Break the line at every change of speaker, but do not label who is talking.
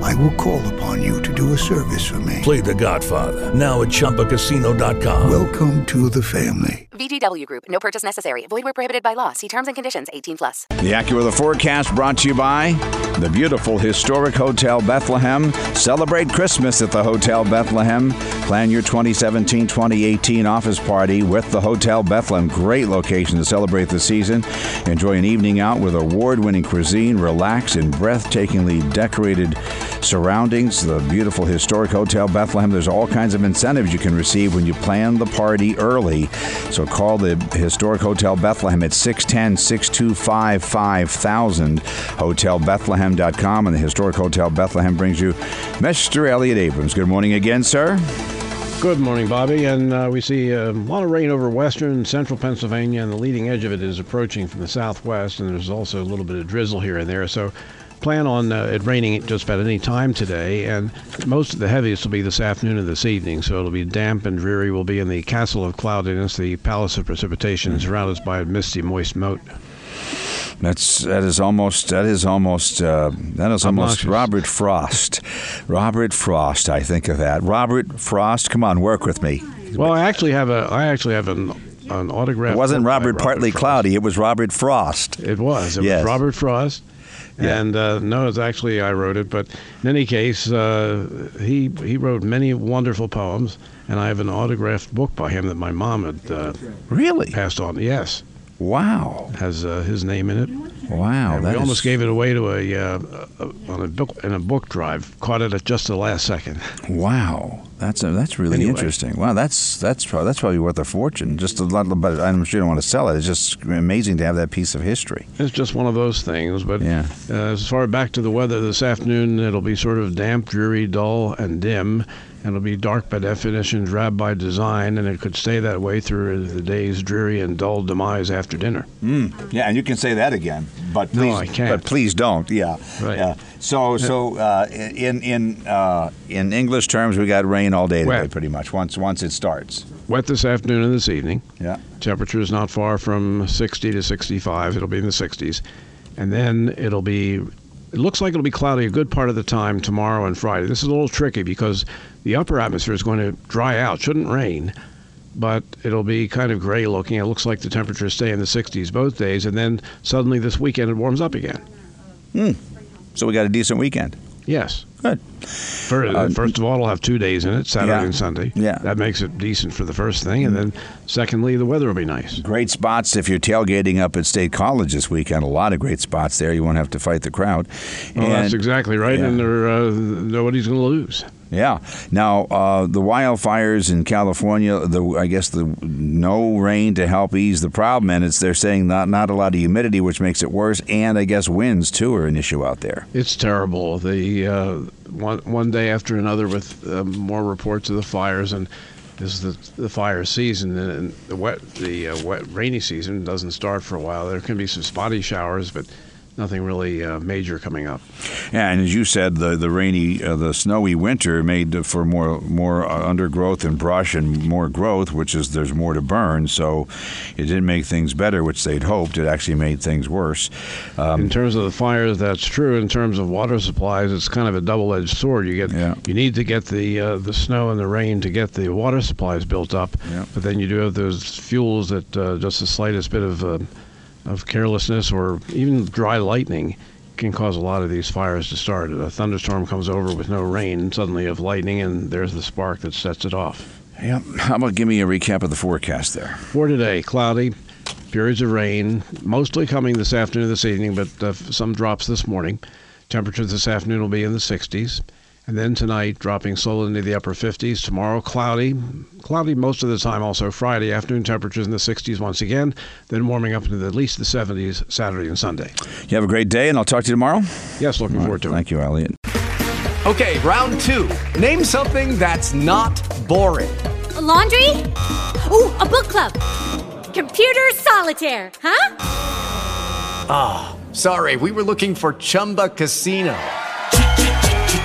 I will call upon you to do a service for me.
Play The Godfather now at ChumbaCasino.com.
Welcome to the family.
VGW Group. No purchase necessary. Void where prohibited by law. See terms and conditions. 18 plus.
The AccuWeather forecast brought to you by the beautiful historic Hotel Bethlehem. Celebrate Christmas at the Hotel Bethlehem. Plan your 2017 2018 office party with the Hotel Bethlehem. Great location to celebrate the season. Enjoy an evening out with award winning cuisine, relax in breathtakingly decorated surroundings. The beautiful historic Hotel Bethlehem. There's all kinds of incentives you can receive when you plan the party early. So call the historic Hotel Bethlehem at 610 625 5000. HotelBethlehem.com. And the historic Hotel Bethlehem brings you Mr. Elliot Abrams. Good morning again, sir.
Good morning, Bobby. And uh, we see a lot of rain over western and central Pennsylvania, and the leading edge of it is approaching from the southwest. And there's also a little bit of drizzle here and there. So plan on uh, it raining just about any time today, and most of the heaviest will be this afternoon and this evening. So it'll be damp and dreary. We'll be in the castle of cloudiness, the palace of precipitation, and surrounded by a misty, moist moat.
That's that is almost that is almost uh, that is almost
Obnoxious.
Robert Frost. Robert Frost, I think of that. Robert Frost, come on, work with me.
Well, I actually have a, I actually have an, an autograph.
It wasn't Robert, Partly
Frost.
Cloudy. It was Robert Frost.
It was. It
Yes.
was Robert Frost.
Yeah.
And uh, no, it's actually I wrote it. But in any case, uh, he he wrote many wonderful poems, and I have an autographed book by him that my mom had uh,
Really?
passed on. Yes,
Wow.
has uh, his name in it.
Wow.
and
that
we
is-
almost gave it away to a, uh, a on a book in a book drive. Caught it at just the last second.
Wow. That's a, that's really
Anyway.
interesting. Wow, that's that's probably, that's probably worth a fortune. Just a lot, but I'm sure you don't want to sell it. It's just amazing to have that piece of history.
It's just one of those things. But
Yeah.
uh, as far back to the weather this afternoon, it'll be sort of damp, dreary, dull, and dim. And It'll be dark by definition, drab by design, and it could stay that way through the day's dreary and dull demise after dinner.
Hmm. Yeah, and you can say that again, but
No,
please,
I can't.
but please don't. Yeah,
Right.
Yeah. So, so uh, in in uh, in English terms, we got rain all day today,
Wet.
pretty much. Once once it starts.
Wet this afternoon and this evening.
Yeah.
Temperature is not far from 60 to 65. It'll be in the 60s. And then it'll be, it looks like it'll be cloudy a good part of the time tomorrow and Friday. This is a little tricky because the upper atmosphere is going to dry out, shouldn't rain, but it'll be kind of gray looking. It looks like the temperatures stay in the 60s both days. And then suddenly this weekend it warms up again.
So we got a decent weekend.
Yes.
Good. Uh,
Fir- first of all, it'll have two days in it, Saturday
Yeah.
and Sunday.
Yeah.
That makes it decent for the first thing. And then secondly, the weather will be nice.
Great spots if you're tailgating up at State College this weekend. A lot of great spots there. You won't have to fight the crowd.
Well, Oh, that's
And-
exactly right,
yeah.
and they're, uh, nobody's going to lose.
Yeah. Now uh, the wildfires in California. The I guess the no rain to help ease the problem, and it's they're saying not not a lot of humidity, which makes it worse. And I guess winds too are an issue out there.
It's terrible. The uh, one one day after another with uh, more reports of the fires, and this is the the fire season, and the wet the uh, wet rainy season doesn't start for a while. There can be some spotty showers, but nothing really uh, major coming up.
Yeah, and as you said, the the rainy, uh, the snowy winter made for more more uh, undergrowth and brush and more growth, which is there's more to burn. So it didn't make things better, which they'd hoped. It actually made things worse. Um,
in terms of the fires, that's true. In terms of water supplies, it's kind of a double-edged sword. You get
Yeah.
you need to get the uh, the snow and the rain to get the water supplies built up,
Yeah.
but then you do have those fuels that uh, just the slightest bit of uh, of carelessness or even dry lightning can cause a lot of these fires to start. A thunderstorm comes over with no rain, and suddenly you have lightning, and there's the spark that sets it off.
Yep. How about give me a recap of the forecast there?
For today, cloudy, periods of rain, mostly coming this afternoon, this evening, but uh, some drops this morning. Temperatures this afternoon will be in the 60s. And then tonight, dropping slowly into the upper 50s. Tomorrow, cloudy. Cloudy most of the time, also Friday afternoon, temperatures in the 60s once again, then warming up into the- at least the 70s Saturday and Sunday.
You have a great day, and I'll talk to you tomorrow.
Yes, looking forward to it.
Thank you, Elliot.
Okay, round two. Name something that's not boring.
A laundry? Ooh, a book club. Computer solitaire, huh?
Sorry, we were looking for Chumba Casino.